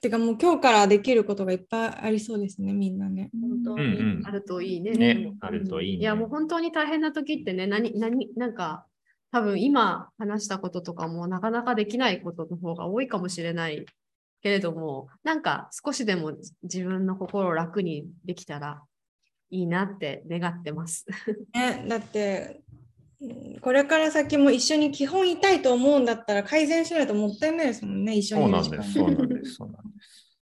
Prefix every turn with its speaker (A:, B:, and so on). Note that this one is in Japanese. A: てかもう今日からできることがいっぱいありそうですね、みんなね。
B: 本当
C: うんうん
B: にあるといいね。
C: ねあるといいね
B: いやもう本当に大変な時ってね、何、何、なんか、多分今話したこととかもなかなかできないことの方が多いかもしれないけれども、なんか少しでも自分の心を楽にできたらいいなって願ってます。
A: ねだって、うんこれから先も一緒に基本いたいと思うんだったら改善しないともったいないですもんね、一緒
C: そ
A: に
C: う
A: い
C: な
A: る
C: ん
A: 時間
C: です、そうなんです、そうなん